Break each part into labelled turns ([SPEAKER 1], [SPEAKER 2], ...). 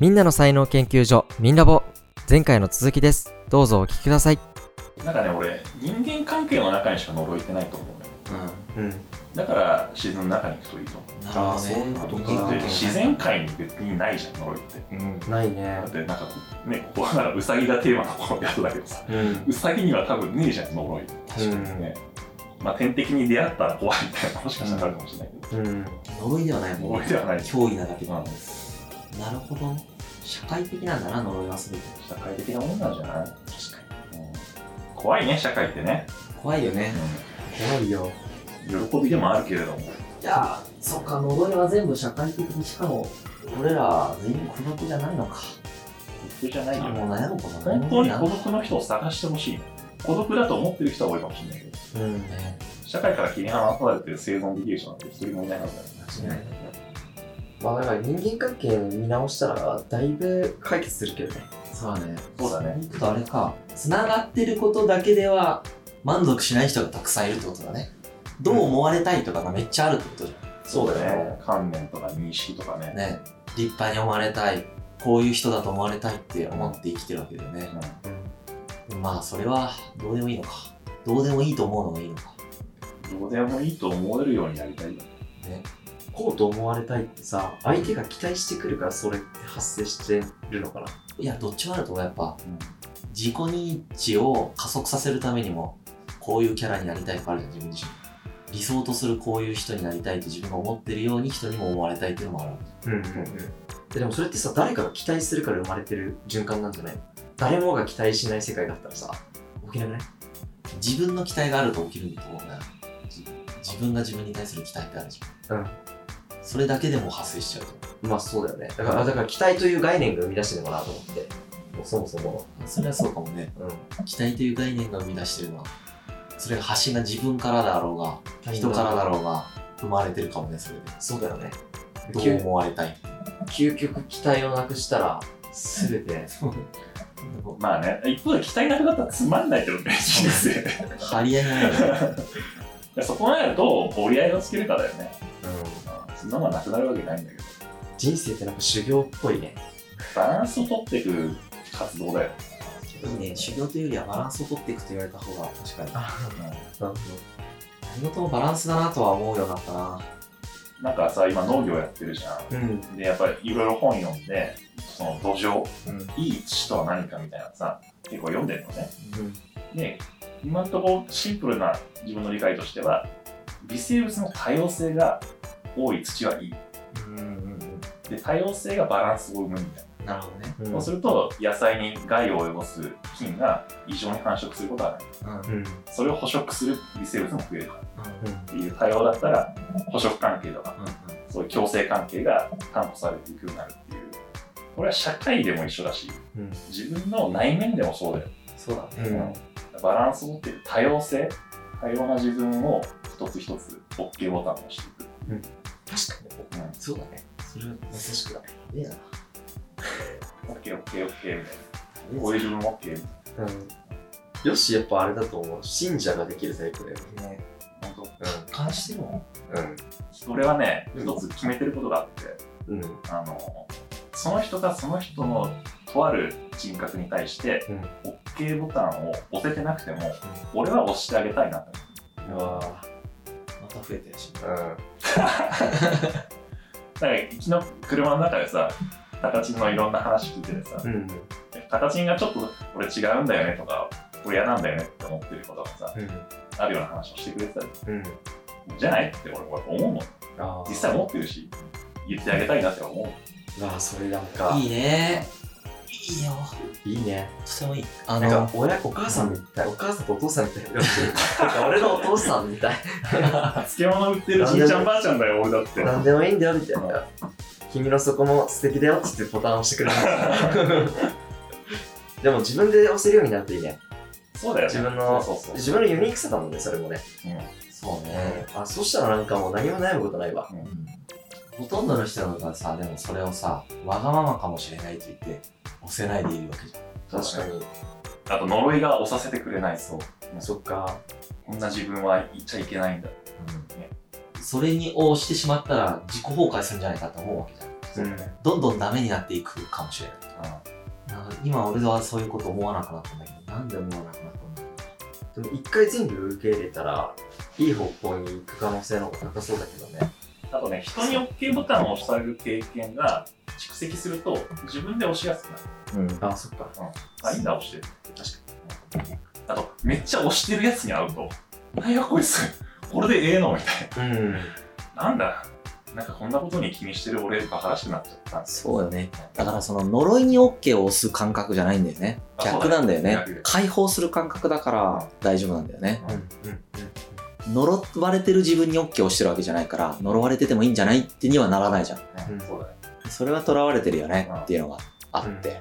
[SPEAKER 1] みんなの才能研究所みんラボ前回の続きですどうぞお聞きください
[SPEAKER 2] なんかね俺人間関係の中にしか呪いってないと思うね
[SPEAKER 3] う
[SPEAKER 1] うん
[SPEAKER 2] だから自然の中に行くといいと思
[SPEAKER 3] ん
[SPEAKER 4] ああそういうこと
[SPEAKER 3] 人
[SPEAKER 4] か
[SPEAKER 3] 間
[SPEAKER 2] う
[SPEAKER 3] 関係
[SPEAKER 2] だって自然界に別にないじゃん呪いって
[SPEAKER 4] うん
[SPEAKER 1] ないね
[SPEAKER 2] だってなんかねここならウサギがテーマのこのやつだけどさ
[SPEAKER 1] うん
[SPEAKER 2] ウサギには多分ねえじゃん呪い確
[SPEAKER 1] かに
[SPEAKER 2] ねまあ天敵に出会ったら怖いみたいなもしかしたらあるかもしれないけど
[SPEAKER 1] うん
[SPEAKER 3] 呪いではないもん
[SPEAKER 2] 呪いではない
[SPEAKER 3] 脅威なだけ
[SPEAKER 2] まあ
[SPEAKER 3] なるほどね社会的なんだな呪いはすべて
[SPEAKER 2] 社会的なもんなんじゃない
[SPEAKER 3] 確か
[SPEAKER 2] うん怖いね社会ってね、
[SPEAKER 3] に怖いよね
[SPEAKER 1] 怖いよ
[SPEAKER 2] 喜びでもあるけれども
[SPEAKER 3] いやーそっか呪いは全部社会的にしかも俺ら全員孤独じゃないのか
[SPEAKER 2] 普通じゃないよ
[SPEAKER 3] もう悩むことない
[SPEAKER 2] 本当に孤独の人を探してほしいね孤独だと思ってる人は多いかもしれないけど
[SPEAKER 1] うん
[SPEAKER 3] ね
[SPEAKER 2] 社会から切り離されて生存できる人なんて一人もいないはずだよ
[SPEAKER 3] 確かに
[SPEAKER 1] まあだから人間関係見直したらだいぶ解決するけどね
[SPEAKER 3] そうだね
[SPEAKER 2] そうだね
[SPEAKER 3] ちょっとあれかつながってることだけでは満足しない人がたくさんいるってことだねどう思われたいとかがめっちゃあるってことじ
[SPEAKER 2] そうだね観念とか認識とか
[SPEAKER 3] ゃ
[SPEAKER 2] ね
[SPEAKER 3] んね立派に思われたいこういう人だと思われたいって思って生きてるわけだよね
[SPEAKER 2] うん
[SPEAKER 3] まあそれはどうでもいいのかどうでもいいと思うのがいいのか
[SPEAKER 2] どうでもいいと思えるようになりたいよ
[SPEAKER 3] ね
[SPEAKER 1] こうと思われたいってさ相手が期待してくるからそれって発生してるのかない
[SPEAKER 3] やどっちもあると思うやっぱ自己認知を加速させるためにもこういうキャラになりたいとかあるじゃん自分自身理想とするこういう人になりたいと自分が思ってるように人にも思われたいっていうのもあるわけ
[SPEAKER 1] うんうんででもそれってさ誰かが期待するから生まれてる循環なんじゃない誰もが期待しない世界だったらさ起きなくない
[SPEAKER 3] 自分の期待があると起きるんだと思うなじ自分が自分に対する期待ってあるじゃん、
[SPEAKER 1] うん
[SPEAKER 3] それだけでも発生しちゃうと思
[SPEAKER 1] まあそうだよねだからだから期待という概念が生み出してるのかなと思ってもうそもそも
[SPEAKER 3] うそれはそうかもね
[SPEAKER 1] の、うん、
[SPEAKER 3] 期待という概念が生み出してるのはそれが発信が自分からだろうが人からだろうが生まれてるかもねそれで
[SPEAKER 1] そうだよね
[SPEAKER 3] どう
[SPEAKER 1] 究
[SPEAKER 3] 思われたい
[SPEAKER 1] 究極期待をなくしたら全て
[SPEAKER 2] うんまあね一方で期待なくなったらつまんないけどね人 生
[SPEAKER 3] 張り合いないよね
[SPEAKER 2] そこまでどう折り合いをつけるかだよね
[SPEAKER 1] うん
[SPEAKER 2] うんそんなもんなくなるわけないんだけど
[SPEAKER 1] 人生ってなんか修行っぽいね
[SPEAKER 2] バランスを取っていく活動だよ、
[SPEAKER 3] いいね修行というよりはバランスを取っていくと言われた方が確かに何事もバランスだなとは思うようになったな
[SPEAKER 2] うんなんかさ今農業やってるじゃん
[SPEAKER 1] うん
[SPEAKER 2] でやっぱりいろいろ本読んでその土壌、
[SPEAKER 1] うん
[SPEAKER 2] いい土とは何かみたいなさ結構読んでるのね
[SPEAKER 1] うん
[SPEAKER 2] で今のところシンプルな自分の理解としては微生物の多様性が多い土はいい
[SPEAKER 1] うん
[SPEAKER 2] で多様性がバランスを生むみたい
[SPEAKER 3] なるほどね
[SPEAKER 1] う
[SPEAKER 2] な、
[SPEAKER 1] ん
[SPEAKER 2] そうすると野菜に害を及ぼす菌が異常に繁殖することはない
[SPEAKER 1] うん
[SPEAKER 2] それを捕食する微生物も増えるっていう多様だったら捕食関係とかそういう共生関係が担保されていくようになるっていうこれは社会でも一緒だし、
[SPEAKER 1] うん
[SPEAKER 2] 自分の内面でもそうだよ、
[SPEAKER 3] そうだ
[SPEAKER 1] うんうん
[SPEAKER 2] バランスを持ってる多様性多様な自分を一つ一つ OK ボタンを押していく、
[SPEAKER 3] 確かにそうだねそれは優しくだねええな
[SPEAKER 2] うん、OKOKOK みたいなこういう自分も OK みたい
[SPEAKER 1] うんよしやっぱあれだと思う信者ができるタイプだよね
[SPEAKER 3] ね
[SPEAKER 2] な本
[SPEAKER 3] 感じてるもん
[SPEAKER 2] 当俺はね
[SPEAKER 1] うん
[SPEAKER 2] 一つ決めてることがあって
[SPEAKER 1] うんうん
[SPEAKER 2] あのその人がその人のとある人格に対して、OK ボタンを押せてなくても、俺は押してあげたいなって
[SPEAKER 1] うわ
[SPEAKER 3] また増えてるし
[SPEAKER 1] うん
[SPEAKER 2] だからうちの車の中でさ高知のいろんな話聞いててさ
[SPEAKER 1] うん
[SPEAKER 2] 高知がちょっと俺違うんだよねとか俺嫌なんだよねって思ってることがさあるような話をしてくれてたり
[SPEAKER 1] うん
[SPEAKER 2] じゃないって俺俺思うの
[SPEAKER 1] ああ
[SPEAKER 2] 実際思ってるし言ってあげたいなって思う
[SPEAKER 1] まあそれなんか
[SPEAKER 3] いいねいいよ
[SPEAKER 1] いいね
[SPEAKER 3] とてもいいあ
[SPEAKER 1] なんか
[SPEAKER 3] の
[SPEAKER 1] 親お母さんみたいお母さんとお父さんみたい ななんか俺のお父さんみ たい
[SPEAKER 2] 漬物売ってるじいちゃんばあちゃんだよ俺だって
[SPEAKER 1] 何でもいいんだよみたいな君のそこも素敵だよって言ってボタン押してくれ るでも自分で押せるようになるといいね
[SPEAKER 2] そうだよね
[SPEAKER 1] 自分の
[SPEAKER 2] そうそうそう
[SPEAKER 1] 自分のユニークさだもんねそれもね、
[SPEAKER 3] そうね
[SPEAKER 1] あそしたらなんかもう何も悩むことないわ
[SPEAKER 3] ほとんどの人のがさでもそれをさわがままかもしれないと言って押せないでいるわけじゃん
[SPEAKER 2] 確
[SPEAKER 1] 確かに
[SPEAKER 2] あと呪いが押させてくれない
[SPEAKER 3] そう
[SPEAKER 1] そっか
[SPEAKER 2] こんな自分は言っちゃいけないんだ
[SPEAKER 3] それに応してしまったら自己崩壊するんじゃないかと思うわけじゃん
[SPEAKER 1] そうだね
[SPEAKER 5] どんどんダメになっていくかもしれない。なんか今俺はそういうこと思わなくなったんだけど、なんで思わなくなったんだろ
[SPEAKER 1] でも一回全部受け入れたら、いい方向に行く可能性の方が高そうだけどね。
[SPEAKER 2] あとね、人に OK ボタンを押される経験が蓄積すると、自分で押しやすくなる。
[SPEAKER 3] うん。
[SPEAKER 1] あ、そっか。
[SPEAKER 2] あ、いいな、押してる。確かに。あと、めっちゃ押してるやつに会うと、なんやこいつ、これでええのみたい
[SPEAKER 1] うん。
[SPEAKER 2] な。なんだ、なんかこんなことに気にしてる俺、バカらしくなっちゃったんです
[SPEAKER 3] そうだね。だからその呪いに OK を押す感覚じゃないんだよね。
[SPEAKER 2] あ
[SPEAKER 3] 逆なんだよ
[SPEAKER 2] そうだ
[SPEAKER 3] ね
[SPEAKER 2] ね。
[SPEAKER 3] 解放する感覚だから大丈夫なんだよね。
[SPEAKER 1] うん。うん。
[SPEAKER 3] 呪われてる自分に OK をしてるわけじゃないから、呪われててもいいんじゃないってにはならないじゃん。
[SPEAKER 2] うんそうだね。
[SPEAKER 3] それは囚われてるよね
[SPEAKER 2] うん
[SPEAKER 3] っていうのがあって。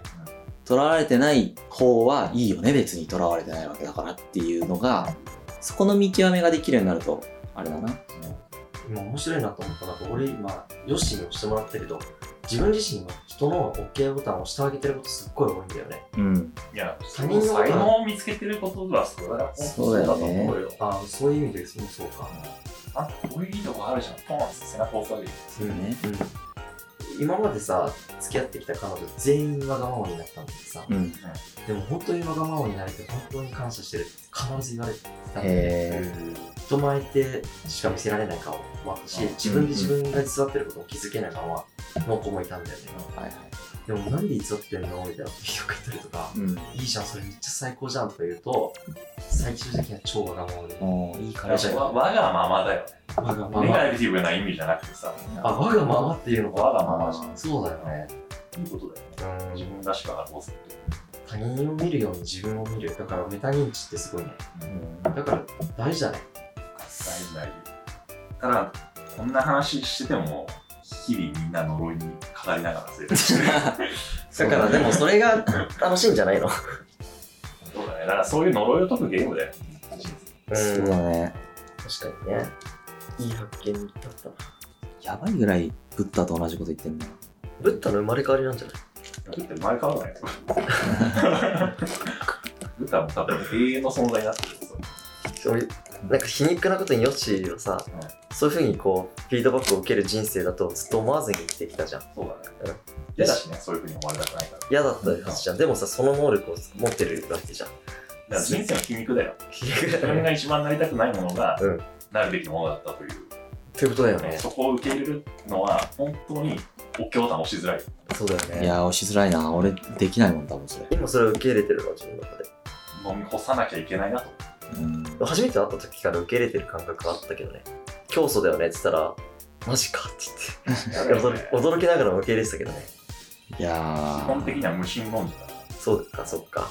[SPEAKER 3] 囚われてない方はいいよね、別に囚われてないわけだからっていうのが、そこの見極めができるようになると、あれだな。
[SPEAKER 1] 今面白いなと思ったのが、俺今、ヨッシーに押してもらったけど、自分自身は人の OK ボタンを押してあげてることすっごい多いんだよね。
[SPEAKER 3] うん。
[SPEAKER 2] いや、
[SPEAKER 1] 他
[SPEAKER 2] 才
[SPEAKER 1] 人のこと
[SPEAKER 2] 能を見つけてることはそれは本当
[SPEAKER 3] そうだよね
[SPEAKER 2] と思うよ。
[SPEAKER 1] ああ、そういう意味で、そうそうか。
[SPEAKER 2] あ、こういういいとこあるじゃん。ポンって背中押される。
[SPEAKER 1] うん
[SPEAKER 3] ね。
[SPEAKER 1] 今までさ、付き合ってきた彼女全員わがままになったんだけどさ、
[SPEAKER 3] うん。
[SPEAKER 1] でも本当にわがままになれて本当に感謝してるって必ず言われてたんで、
[SPEAKER 3] え
[SPEAKER 1] 人前でしか見せられない顔もあったし、
[SPEAKER 2] うん
[SPEAKER 1] 自分で自分が偽ってることも気づけないままの子もいたんだよね。
[SPEAKER 3] ー。はいはい。
[SPEAKER 1] でもなんで偽ってんのみたいなこと言ってたりとか、
[SPEAKER 3] うん。
[SPEAKER 1] いいじゃん、それめっちゃ最高じゃんとか言うと、最終的には超わがままで。
[SPEAKER 3] もういい彼氏だ
[SPEAKER 2] わ
[SPEAKER 3] よ。
[SPEAKER 2] わがままだよね。
[SPEAKER 1] わがま
[SPEAKER 2] ネ
[SPEAKER 1] ま。
[SPEAKER 2] ガティブな意味じゃなくてさ、
[SPEAKER 1] あ、わがままっていうのか。
[SPEAKER 2] わがままじゃん。
[SPEAKER 1] そうだよね。
[SPEAKER 2] いいことだよね。
[SPEAKER 1] うん
[SPEAKER 2] 自分らしく発動するって。
[SPEAKER 1] 他人を見るように自分を見る。だからメタ認知ってすごいね。
[SPEAKER 3] うん
[SPEAKER 1] だから大事だね。
[SPEAKER 2] 大事大事。ただ、こんな話してても、日々みんな呪いに語りながら生活してる。
[SPEAKER 1] だからでもそれが楽しいんじゃないの
[SPEAKER 2] そうだね。だからそういう呪いを解くゲームだよ。
[SPEAKER 3] そうだね。
[SPEAKER 1] 確かにね。いい発見だったな。
[SPEAKER 3] やばいぐらいブッダと同じこと言ってんだよ。
[SPEAKER 1] ブッダの生まれ変わりなんじゃない
[SPEAKER 2] だって前からだよ。ブタも多分永遠の存在になってるよ。
[SPEAKER 1] 俺、なんか皮肉なことにヨッシーはさ、そういうふうにこう、フィードバックを受ける人生だとずっと思わずに生きてきたじゃん。
[SPEAKER 2] そうだ
[SPEAKER 1] うん
[SPEAKER 2] ね。嫌だしね、そういうふうに思われたくないから。
[SPEAKER 1] 嫌だったはずじゃん。でもさ、その能力を持ってるわ けじゃん。
[SPEAKER 2] だから人生の皮肉だよ。
[SPEAKER 1] 皮肉
[SPEAKER 2] 自
[SPEAKER 1] だよ
[SPEAKER 2] 分
[SPEAKER 1] ね。
[SPEAKER 2] が一番なりたくないものが
[SPEAKER 1] うん、
[SPEAKER 2] なるべきものだったという。
[SPEAKER 1] ってことだよね。
[SPEAKER 2] そこを受け入れるのは、本当に、お経ボタン押しづらい。
[SPEAKER 1] そうだよ
[SPEAKER 3] い
[SPEAKER 1] ね。
[SPEAKER 3] やー、押しづらいな。俺、できないもん、多分それ。
[SPEAKER 1] 今それを受け入れてるの、自分の中で。
[SPEAKER 2] 飲み干さなきゃいけないなと。
[SPEAKER 3] うん。
[SPEAKER 1] 初めて会った時から受け入れてる感覚があったけどね。教祖だよねって言ったら、マジかって
[SPEAKER 2] や
[SPEAKER 1] 言
[SPEAKER 2] る
[SPEAKER 1] って
[SPEAKER 2] よ
[SPEAKER 1] 驚
[SPEAKER 2] ね
[SPEAKER 1] き、驚きながらも受け入れてたけどね。
[SPEAKER 3] いやー。
[SPEAKER 2] 基本的には無心論者だか
[SPEAKER 1] そうか、そうか。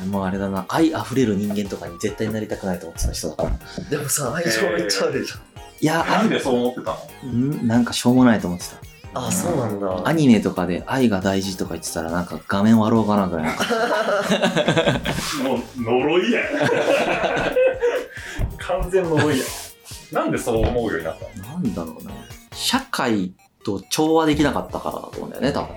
[SPEAKER 3] 俺もあれだな。愛溢れる人間とかに絶対なりたくないと思ってた人だから。
[SPEAKER 1] でもさ、愛情めっちゃあるじゃん。
[SPEAKER 3] いや
[SPEAKER 2] ら。なん
[SPEAKER 3] ー、
[SPEAKER 2] でそう思ってたの
[SPEAKER 3] 愛、んなんかしょうもないと思ってた。
[SPEAKER 1] あ、そうなんだ。
[SPEAKER 3] アニメとかで愛が大事とか言ってたら、なんか画面割ろうかなぐらいの。
[SPEAKER 2] もう呪いや完全呪いやなんでそう思うようになったの
[SPEAKER 3] なんだろうね。社会と調和できなかったからだと思うんだよね、多分。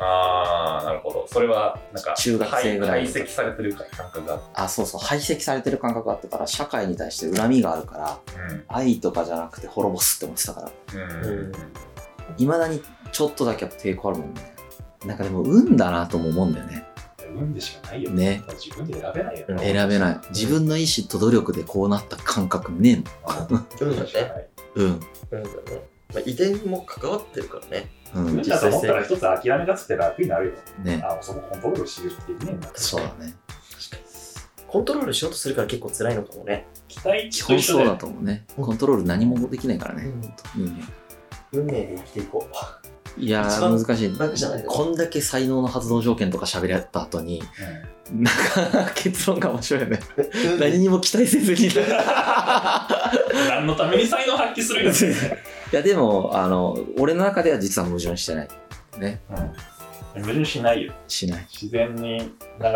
[SPEAKER 2] ああなるほどそれはなんか
[SPEAKER 3] 中学生ぐらいの時
[SPEAKER 2] 排斥されてる感覚が
[SPEAKER 3] あ、そうそう。排斥されてる感覚があったから、社会に対して恨みがあるから、愛とかじゃなくて滅ぼすって思ってたから。
[SPEAKER 2] うん
[SPEAKER 1] うん
[SPEAKER 3] いまだにちょっとだけやっぱ抵抗あるもんねなんかでも運だなとも思うんだよね
[SPEAKER 2] 運でしかないよ
[SPEAKER 3] ね
[SPEAKER 2] 自分で選べないよ
[SPEAKER 1] うん
[SPEAKER 3] 選べない自分の意思と努力でこうなった感覚ね
[SPEAKER 1] うんだ
[SPEAKER 2] 運しか
[SPEAKER 1] ね。
[SPEAKER 2] ない
[SPEAKER 3] えのうん
[SPEAKER 1] うんだね。まあ、遺伝も関わってるからね。
[SPEAKER 3] うん
[SPEAKER 2] 運だと思ったら一つ諦め出して楽になるよ
[SPEAKER 3] ね
[SPEAKER 2] あもうそこコントロールしようってできねえんだ
[SPEAKER 3] そうだね
[SPEAKER 1] コントロールしようとするから結構辛いのかもね。
[SPEAKER 2] 期待
[SPEAKER 3] 基
[SPEAKER 2] 値と
[SPEAKER 3] 本
[SPEAKER 2] 一緒
[SPEAKER 3] そう
[SPEAKER 2] だ
[SPEAKER 3] だ
[SPEAKER 2] よ
[SPEAKER 3] と思うねコントロール何もできないからね人間
[SPEAKER 1] 運命で生きていこ
[SPEAKER 3] いや
[SPEAKER 1] 一
[SPEAKER 3] ー
[SPEAKER 1] 番
[SPEAKER 3] 難しい
[SPEAKER 1] 楽じゃない
[SPEAKER 3] こんだけ才能の発動条件とか喋り合った後になんか結論が面白いよね
[SPEAKER 1] う。
[SPEAKER 3] 何にも期待せずにい
[SPEAKER 2] うん何のために才能発揮するよ
[SPEAKER 3] やでもあの俺の中では実は矛盾してないね
[SPEAKER 2] うん矛盾しないよ
[SPEAKER 3] しない
[SPEAKER 2] 自然に流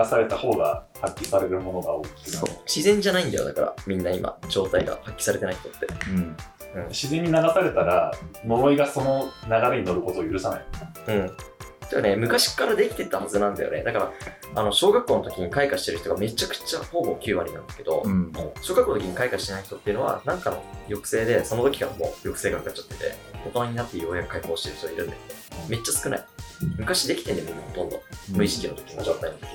[SPEAKER 2] された方が発揮されるものが大きくなる
[SPEAKER 1] 自然じゃないんだよ、だから、みんな今、状態が発揮されてない人って。
[SPEAKER 3] うん
[SPEAKER 2] 自然に流されたら呪いがその流れに乗ることを許さない
[SPEAKER 1] うん。人はね、昔からできてたはずなんだよね。だから、あの、小学校の時に開花してる人がめちゃくちゃほぼ9割なんだけど、
[SPEAKER 3] うん
[SPEAKER 1] 小学校の時に開花してない人っていうのは、なんかの抑制で、その時からもう抑制がかかっちゃってて、大人になってようやく開放してる人いるんだけど、めっちゃ少ない。昔できてんだよ、みんなほとんど。無意識の時の状態の時。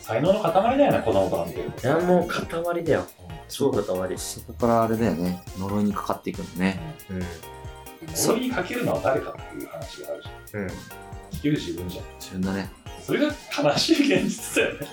[SPEAKER 2] 才能の塊だよね、子供とか見てる
[SPEAKER 1] いや、もう塊だよ。超塊。
[SPEAKER 3] そこからあれだよね呪いにかかっていくのね
[SPEAKER 1] うん。
[SPEAKER 2] それにかけるのは誰かっていう話があるじゃん。
[SPEAKER 1] うん。
[SPEAKER 2] 聞ける自分じゃん。
[SPEAKER 3] 自分だね
[SPEAKER 2] それが悲しい現実だよね。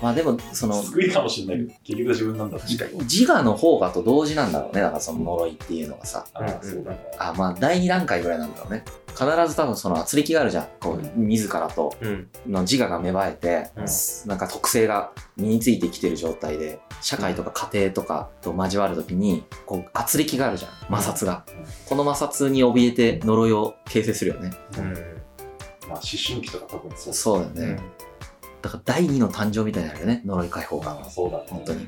[SPEAKER 3] まあでもその
[SPEAKER 2] 救いかもしれないけど、結局自分なんだ
[SPEAKER 1] 確かに。
[SPEAKER 3] 自我の方がと同時なんだろうねだからその呪いっていうのがさ
[SPEAKER 2] ああ、そうだね。
[SPEAKER 3] あまあ第2段階ぐらいなんだろうね必ず多分その圧力があるじゃんこう自らと
[SPEAKER 1] うん。
[SPEAKER 3] の自我が芽生えて、
[SPEAKER 1] う
[SPEAKER 3] なんか特性が身についてきてる状態で社会とか家庭とかと交わる時にこう圧力があるじゃん摩擦が、この摩擦に怯えて呪いを形成するよね
[SPEAKER 1] うん。
[SPEAKER 2] まあ、思春期とか特にそう
[SPEAKER 3] そうだよね、だから第2の誕生みたいになるよね呪い解放が
[SPEAKER 2] ああそうだね。
[SPEAKER 3] 本当に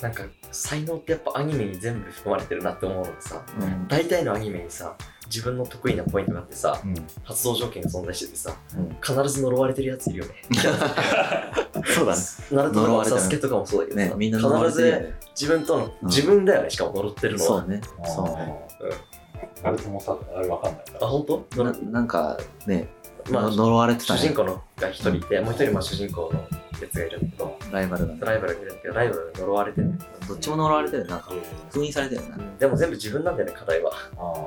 [SPEAKER 1] なんか才能ってやっぱアニメに全部含まれてるなって思うのがさ
[SPEAKER 3] うん
[SPEAKER 1] 大体のアニメにさ自分の得意なポイントがあってさ
[SPEAKER 3] うん
[SPEAKER 1] 発動条件が存在しててさ、
[SPEAKER 3] うん
[SPEAKER 1] 必ず呪われてるやついるよね
[SPEAKER 3] そうだね
[SPEAKER 1] ナルトと
[SPEAKER 3] 呪
[SPEAKER 1] か
[SPEAKER 3] われてる
[SPEAKER 1] サスケとかもそうだけど
[SPEAKER 3] ね
[SPEAKER 1] さ
[SPEAKER 3] みんな呪われてるよ
[SPEAKER 1] 必
[SPEAKER 3] ね
[SPEAKER 1] ず自分との、
[SPEAKER 3] うん
[SPEAKER 1] 自分だよねしかも呪ってるの
[SPEAKER 3] そ
[SPEAKER 1] は
[SPEAKER 3] うねそうね
[SPEAKER 2] うあれともさ、あれわかんないか
[SPEAKER 1] あ
[SPEAKER 2] ら。
[SPEAKER 1] 本当
[SPEAKER 3] な
[SPEAKER 1] 呪
[SPEAKER 3] なんかね、
[SPEAKER 1] まあ
[SPEAKER 3] の呪われてた
[SPEAKER 1] 主
[SPEAKER 3] ね
[SPEAKER 1] 人公のが一人いて、もう一人まあ主人公のやつがいるんだけど
[SPEAKER 3] ライバルなんだ
[SPEAKER 1] ライバルがいるんだけどライバルが呪われてる、
[SPEAKER 3] どっちも呪われてるなんか封印されてるな
[SPEAKER 1] うんでも全部自分なんだよね課題は
[SPEAKER 2] あ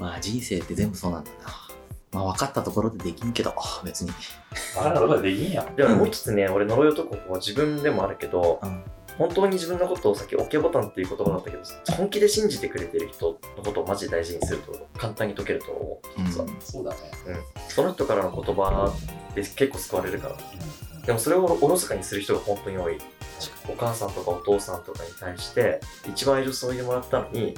[SPEAKER 3] まあ人生って全部そうなんだなまあ分かったところでできんけど別に
[SPEAKER 2] ああれはできんやん。
[SPEAKER 1] でもねもう一つね、俺呪い男は自分でもあるけど、
[SPEAKER 3] うん
[SPEAKER 1] 本当に自分のことをさっきオケボタンっていう言葉だったけど本気で信じてくれてる人のことをマジで大事にすると簡単に解けると思う実は、
[SPEAKER 2] そうだね。
[SPEAKER 1] その人からの言葉で結構救われるからでもそれをおろそかにする人が本当に多いお母さんとかお父さんとかに対して一番愛情注いでもらったのに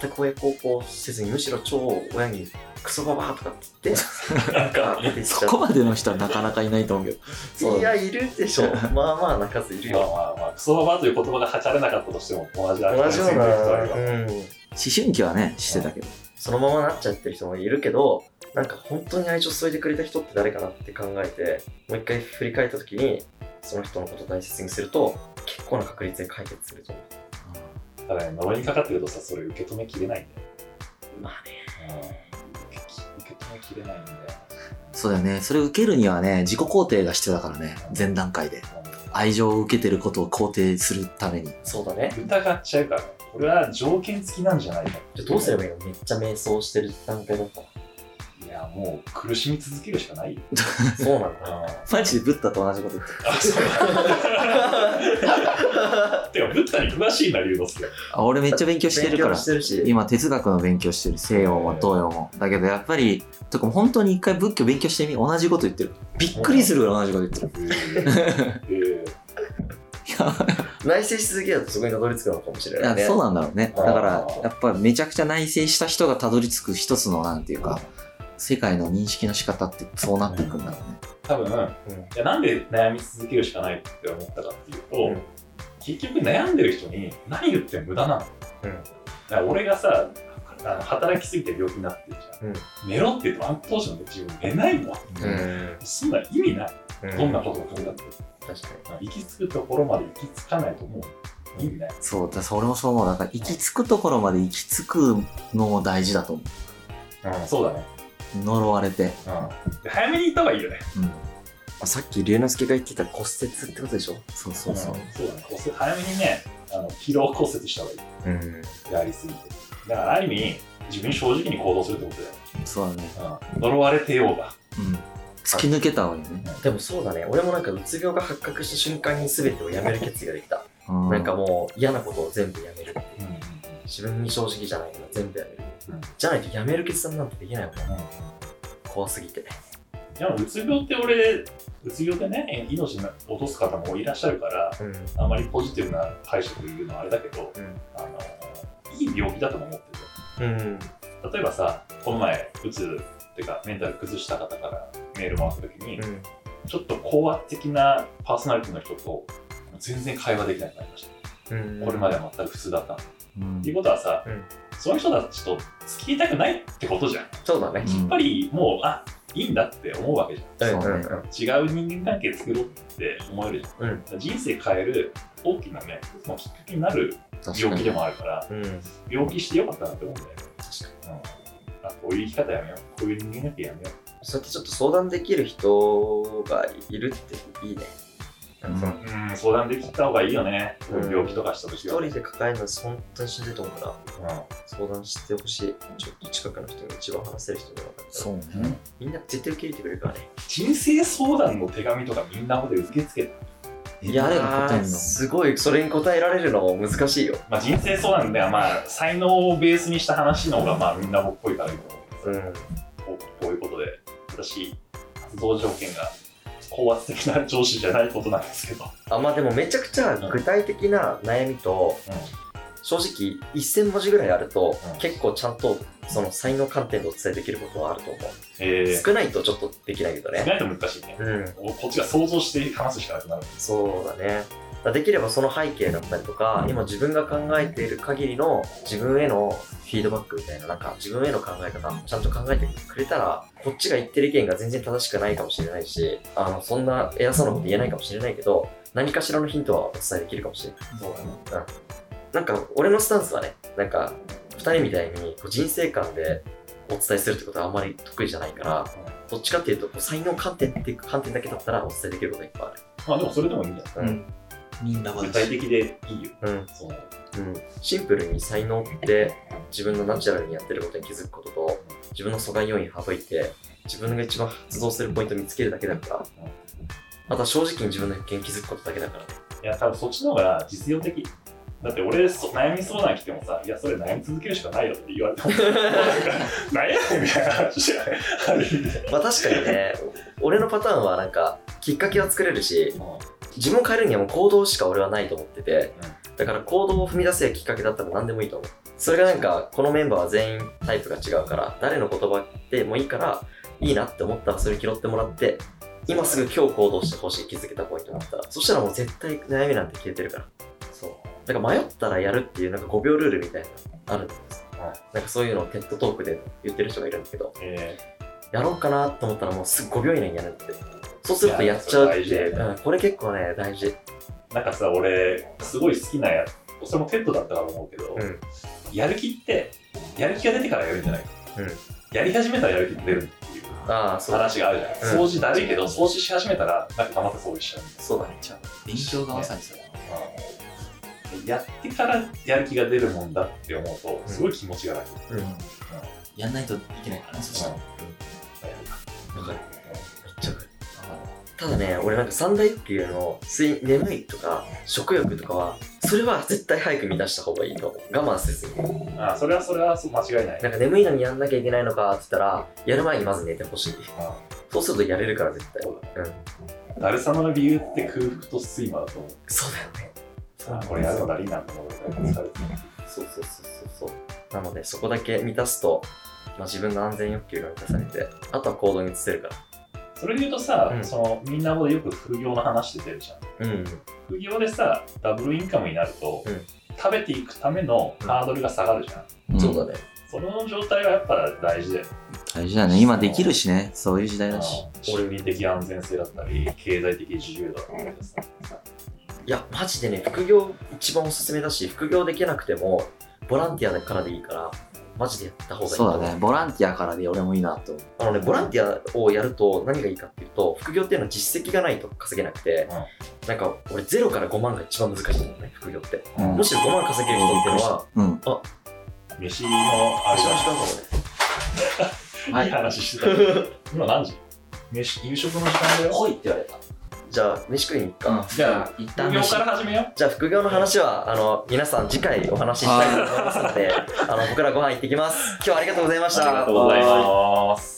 [SPEAKER 1] 全く親孝行せずにむしろ超親にクソババアとかって言ってなんか出ていっち
[SPEAKER 3] そ
[SPEAKER 1] ゃ
[SPEAKER 3] こ
[SPEAKER 1] う
[SPEAKER 3] までの人はなかなかいないと思うけどそう
[SPEAKER 1] いやいるでしょまあまあ泣かずいる
[SPEAKER 2] まあ
[SPEAKER 1] よ
[SPEAKER 2] まあまあ、クソババアという言葉がはちゃれなかったとしても、同じだ
[SPEAKER 1] 同じような、
[SPEAKER 2] うん
[SPEAKER 1] うん、
[SPEAKER 3] 思春期はねしてたけど
[SPEAKER 1] そのままなっちゃってる人もいるけどなんか本当に愛情注いでくれた人って誰かなって考えてもう一回振り返った時にその人のことを大切にすると結構な確率で解決すると思
[SPEAKER 2] ただね、呪いにかかってるとさ、それ受け止めきれないんだよ。
[SPEAKER 1] うま
[SPEAKER 2] うん受け受け止めきれないんだよ。
[SPEAKER 3] そうだよねそれ受けるにはね自己肯定が必要だからね前段階で愛情を受けてることを肯定するために
[SPEAKER 1] そうだね
[SPEAKER 2] 疑っちゃうから、これは条件付きなんじゃないか
[SPEAKER 1] じゃあどうすればいいのめっちゃ迷走してる段階だったら
[SPEAKER 2] いや、もう苦しみ続けるしかないよ。
[SPEAKER 1] そう なんだ
[SPEAKER 3] マジでブッダと同じこと言って
[SPEAKER 2] あ、そうだ。てか、ブッダに詳しいな、龍之 介。
[SPEAKER 3] あ俺めっちゃ勉強してるから
[SPEAKER 1] 勉強してるし
[SPEAKER 3] 今哲学の勉強してる西洋も東洋もだけどやっぱりとかもう本当に一回仏教勉強してみ同じこと言ってるびっくりするぐらい同じこと言ってる
[SPEAKER 2] え
[SPEAKER 1] 内省し続けるとそこにたどり着くのかもしれ
[SPEAKER 3] い
[SPEAKER 1] ない
[SPEAKER 3] や
[SPEAKER 1] ね
[SPEAKER 3] そうなんだろうねだから
[SPEAKER 2] あー
[SPEAKER 3] やっぱめちゃくちゃ内省した人がたどり着く一つのなんていうか世界の認識の仕方ってそうなっていくんだろうね
[SPEAKER 2] 多分、いやなんで悩み続けるしかないって思ったかっていうと、
[SPEAKER 1] うん
[SPEAKER 2] 結局悩んでる人に何言っても無駄なの、
[SPEAKER 1] うん
[SPEAKER 2] だから俺がさあの働きすぎて病気になってるじゃん、
[SPEAKER 1] うん
[SPEAKER 2] 寝ろって言ってもあの当時の自分寝ないもん
[SPEAKER 1] うん、
[SPEAKER 2] そんな意味ない、
[SPEAKER 1] うん
[SPEAKER 2] どんなことを考えて
[SPEAKER 1] 確かに
[SPEAKER 2] も行き着くところまで行き着かないと思う意味ない
[SPEAKER 3] そうだそれもそう思うだから行き着くところまで行き着くのも大事だと思
[SPEAKER 2] うん、そうだね、
[SPEAKER 3] う呪われて、
[SPEAKER 2] うんで、早めに行った方がいいよね
[SPEAKER 3] うん、
[SPEAKER 1] あさっき龍之介が言ってた骨折ってことでしょ
[SPEAKER 3] そうそうそう、
[SPEAKER 2] んそうだね骨折早めにねあの疲労骨折した方がいい
[SPEAKER 1] うん
[SPEAKER 2] やりすぎてだからある意味自分に正直に行動するってことだよ
[SPEAKER 3] そうだね、
[SPEAKER 2] うん呪われてようが。
[SPEAKER 3] うん、突き抜けた方がいいね、
[SPEAKER 1] でもそうだね俺もなんかうつ病が発覚した瞬間に全てをやめる決意ができた
[SPEAKER 3] うん、
[SPEAKER 1] なんかもう嫌なことを全部やめる
[SPEAKER 2] うんうん
[SPEAKER 1] 自分に正直じゃないから全部やめる、
[SPEAKER 2] うん
[SPEAKER 1] じゃないとやめる決断なんてできないもん怖すぎて
[SPEAKER 2] でもうつ病って俺、うつ病でね、命な落とす方もいらっしゃるから、
[SPEAKER 1] うん
[SPEAKER 2] あんまりポジティブな解釈言うのはあれだけど、
[SPEAKER 1] うん
[SPEAKER 2] あのいい病気だとも思って
[SPEAKER 1] うん
[SPEAKER 2] る。例えばさ、この前、うつっていうか、メンタル崩した方からメールもらった時に、
[SPEAKER 1] うん
[SPEAKER 2] ちょっと高圧的なパーソナリティの人と全然会話できなくなりました。
[SPEAKER 1] うん
[SPEAKER 2] これまでは全く普通だったの。
[SPEAKER 3] うん
[SPEAKER 2] っていうことはさ、
[SPEAKER 1] うん
[SPEAKER 2] その人たちと付き合いたくないってことじゃん。
[SPEAKER 1] そうだね
[SPEAKER 2] やっぱりもう、あいいんだって思うわけじ
[SPEAKER 1] うん
[SPEAKER 3] そうね
[SPEAKER 2] ゃん違う人間関係作ろうって思えるじゃん、
[SPEAKER 1] うん
[SPEAKER 2] 人生変える大きなね、まあ、きっかけになる
[SPEAKER 3] 確か
[SPEAKER 2] 病気
[SPEAKER 3] に
[SPEAKER 2] で。もあるから
[SPEAKER 1] うんうん
[SPEAKER 2] 病気してよかったなって思うんだよねうん、あこういう生き方やめようこういう人間関係やめよ
[SPEAKER 1] そうやってちょっと相談できる人がいるっていいね。なんかその
[SPEAKER 2] ううん相談できた方がいいよね、
[SPEAKER 1] うん
[SPEAKER 2] 病気とかした時
[SPEAKER 1] 一
[SPEAKER 2] は
[SPEAKER 1] 人で抱えるの本当にしんどいと思うから、
[SPEAKER 2] う
[SPEAKER 1] 相談してほしい。ちょっと近くの人に一番話せる人がなかったら
[SPEAKER 3] そうね。
[SPEAKER 2] ん
[SPEAKER 1] みんな絶対受け入れてくれるからね。
[SPEAKER 2] 人生相談の手紙とかみんなほで受け付けた、
[SPEAKER 3] え誰が答え
[SPEAKER 1] いやー
[SPEAKER 3] んの
[SPEAKER 1] すごい、それに答えられるのも難しいよ。
[SPEAKER 2] まあ、人生相談ではまあ才能をベースにした話の方がまあみんな僕っぽいからいいと思うんですよ
[SPEAKER 1] うん。
[SPEAKER 2] こうこういうことで私活動条件が高圧的な上司じゃないことなんですけど、
[SPEAKER 1] あ、まあでもめちゃくちゃ具体的な悩みと、正直1000文字ぐらいあると、
[SPEAKER 2] うん
[SPEAKER 1] 結構ちゃんとその才能観点でお伝えできることはあると思う。
[SPEAKER 2] えー、
[SPEAKER 1] 少ないとちょっとできないけど
[SPEAKER 2] 意
[SPEAKER 1] ね。
[SPEAKER 2] 外と難しいね
[SPEAKER 1] うん。
[SPEAKER 2] こっちが想像して話すしかなくなる
[SPEAKER 1] そうだね。だからできればその背景だったりとか、今自分が考えている限りの自分へのフィードバックみたいな、なんか自分への考え方、ちゃんと考えてくれたら、こっちが言ってる意見が全然正しくないかもしれないし、あの、そんな偉そうなこと言えないかもしれないけど、何かしらのヒントはお伝えできるかもしれない。
[SPEAKER 2] そうだね
[SPEAKER 1] なんか、俺のスタンスはね、なんか、二人みたいにこう人生観でお伝えするってことはあんまり得意じゃないから、どっちかっていうと、こう才能観点っていう観点だけだったらお伝えできることがいっぱいある。
[SPEAKER 2] まあでもそれでもいいんじゃ
[SPEAKER 1] うん
[SPEAKER 5] みんな
[SPEAKER 2] ない具
[SPEAKER 5] 私
[SPEAKER 2] 体的でいいよ
[SPEAKER 1] うん、
[SPEAKER 2] その
[SPEAKER 1] うん、シンプルに才能って自分のナチュラルにやってることに気づくことと自分の阻害要因省いて自分が一番発動するポイント見つけるだけだからあとは正直に自分の意見気づくことだけだからね
[SPEAKER 2] いや多分そっちの方が実用的だって俺そ悩み相談来てもさ「いやそれ悩み続けるしかないよ」って言われ たもんなんか悩むみたいな話じゃないある意味で
[SPEAKER 1] まあ確かにね俺のパターンはなんかきっかけは作れるし自分を変えるにはもう行動しか俺はないと思っててだから行動を踏み出せるきっかけだったら何でもいいと思うそれがなんかこのメンバーは全員タイプが違うから誰の言葉でもいいからいいなって思ったらそれ拾ってもらって今すぐ今日行動してほしい気づけたポイントだったらそしたらもう絶対悩みなんて消えてるからそうだから迷ったらやるっていうなんか5秒ルールみたいなのあるんです
[SPEAKER 2] は
[SPEAKER 1] なんかそういうのをテッドトークで言ってる人がいるんだけど
[SPEAKER 2] え
[SPEAKER 1] やろうかなと思ったらもうすぐ5秒以内にやるってそうするとやっちゃうって
[SPEAKER 2] いや
[SPEAKER 1] いう、
[SPEAKER 2] それ大事だよ
[SPEAKER 1] うん、これ結構ね大事
[SPEAKER 2] ーなんかさ俺すごい好きなやつそれもテッドだったから思うけど、
[SPEAKER 1] うん
[SPEAKER 2] やる気ってやる気が出てからやるんじゃないか、
[SPEAKER 1] うん
[SPEAKER 2] やり始めたらやる気が出るっていう
[SPEAKER 1] ああそうだ
[SPEAKER 2] 話があるじゃない、
[SPEAKER 1] うん
[SPEAKER 2] 掃除だるいけど掃除し始めたらなんかたまって掃除しちゃう
[SPEAKER 1] そうだね
[SPEAKER 5] じゃあ勉強がまさにそれ
[SPEAKER 2] やってからやる気が出るもんだって思うとすごい気持ちが楽、
[SPEAKER 5] やんないといけないからねそしたら
[SPEAKER 1] わかるめっちゃわかるただね俺なんか三大欲求の睡眠いとか食欲とかはそれは絶対早く満たした方がいいと思う我慢せずに
[SPEAKER 2] あそれはそれはそう間違いない、
[SPEAKER 1] なんか眠いのにやんなきゃいけないのかって言ったらやる前にまず寝てほしいそうするとやれるから絶対
[SPEAKER 2] そう
[SPEAKER 1] うん
[SPEAKER 2] うん、だるさまの理由って空腹と睡魔だと思う
[SPEAKER 1] そうだよね
[SPEAKER 2] あこれやるのだりいなと思うから疲れて
[SPEAKER 1] そうそうそうそうそうなのでそこだけ満たすと、まあ、自分の安全欲求が満たされてあとは行動に移せるか
[SPEAKER 2] それで言うとさ、
[SPEAKER 1] うん
[SPEAKER 2] そのみんなもでよく副業の話出てるじゃん
[SPEAKER 1] らうん
[SPEAKER 2] 副業でさダブルインカムになると、
[SPEAKER 1] うん
[SPEAKER 2] 食べていくためのハードルが下がるじゃん、
[SPEAKER 1] そうだね
[SPEAKER 2] その状態はやっぱ大事だよね
[SPEAKER 3] 大事だね。今できるしね。そういう時代だし。
[SPEAKER 2] 心理的安全性だったり経済的自由度だったりさ
[SPEAKER 1] いやマジでね副業一番おすすめだし副業できなくてもボランティアからでいいからマジでやった方がいいと
[SPEAKER 3] そ
[SPEAKER 1] 思
[SPEAKER 3] うだね。ボランティアからで俺もいいなと思う。
[SPEAKER 1] あのね、ボランティアをやると何がいいかっていうと、副業っていうのは実績がないと稼げなくて、なんか俺0から5万が一番難しいんだよね、副業って。
[SPEAKER 3] うん
[SPEAKER 1] むしろ5万稼げる人っていうのは、
[SPEAKER 3] うん。
[SPEAKER 2] 飯のあれ
[SPEAKER 1] 一
[SPEAKER 2] じゃん
[SPEAKER 1] 番下だと思うね。
[SPEAKER 3] はい
[SPEAKER 2] い
[SPEAKER 3] い。
[SPEAKER 2] 話してたけど 今何時飯夕食の時間だよ
[SPEAKER 3] 来いって言われた。
[SPEAKER 1] じゃあ、飯食いに行くか。
[SPEAKER 2] じゃあ
[SPEAKER 3] 一旦
[SPEAKER 2] 副業から始めよ
[SPEAKER 1] じゃあ、副業の話は、あの、皆さん次回お話し したいと思いますので、あの、僕らご飯行ってきます。今日はありがとうございま
[SPEAKER 2] う
[SPEAKER 1] した。
[SPEAKER 2] ありがとうございます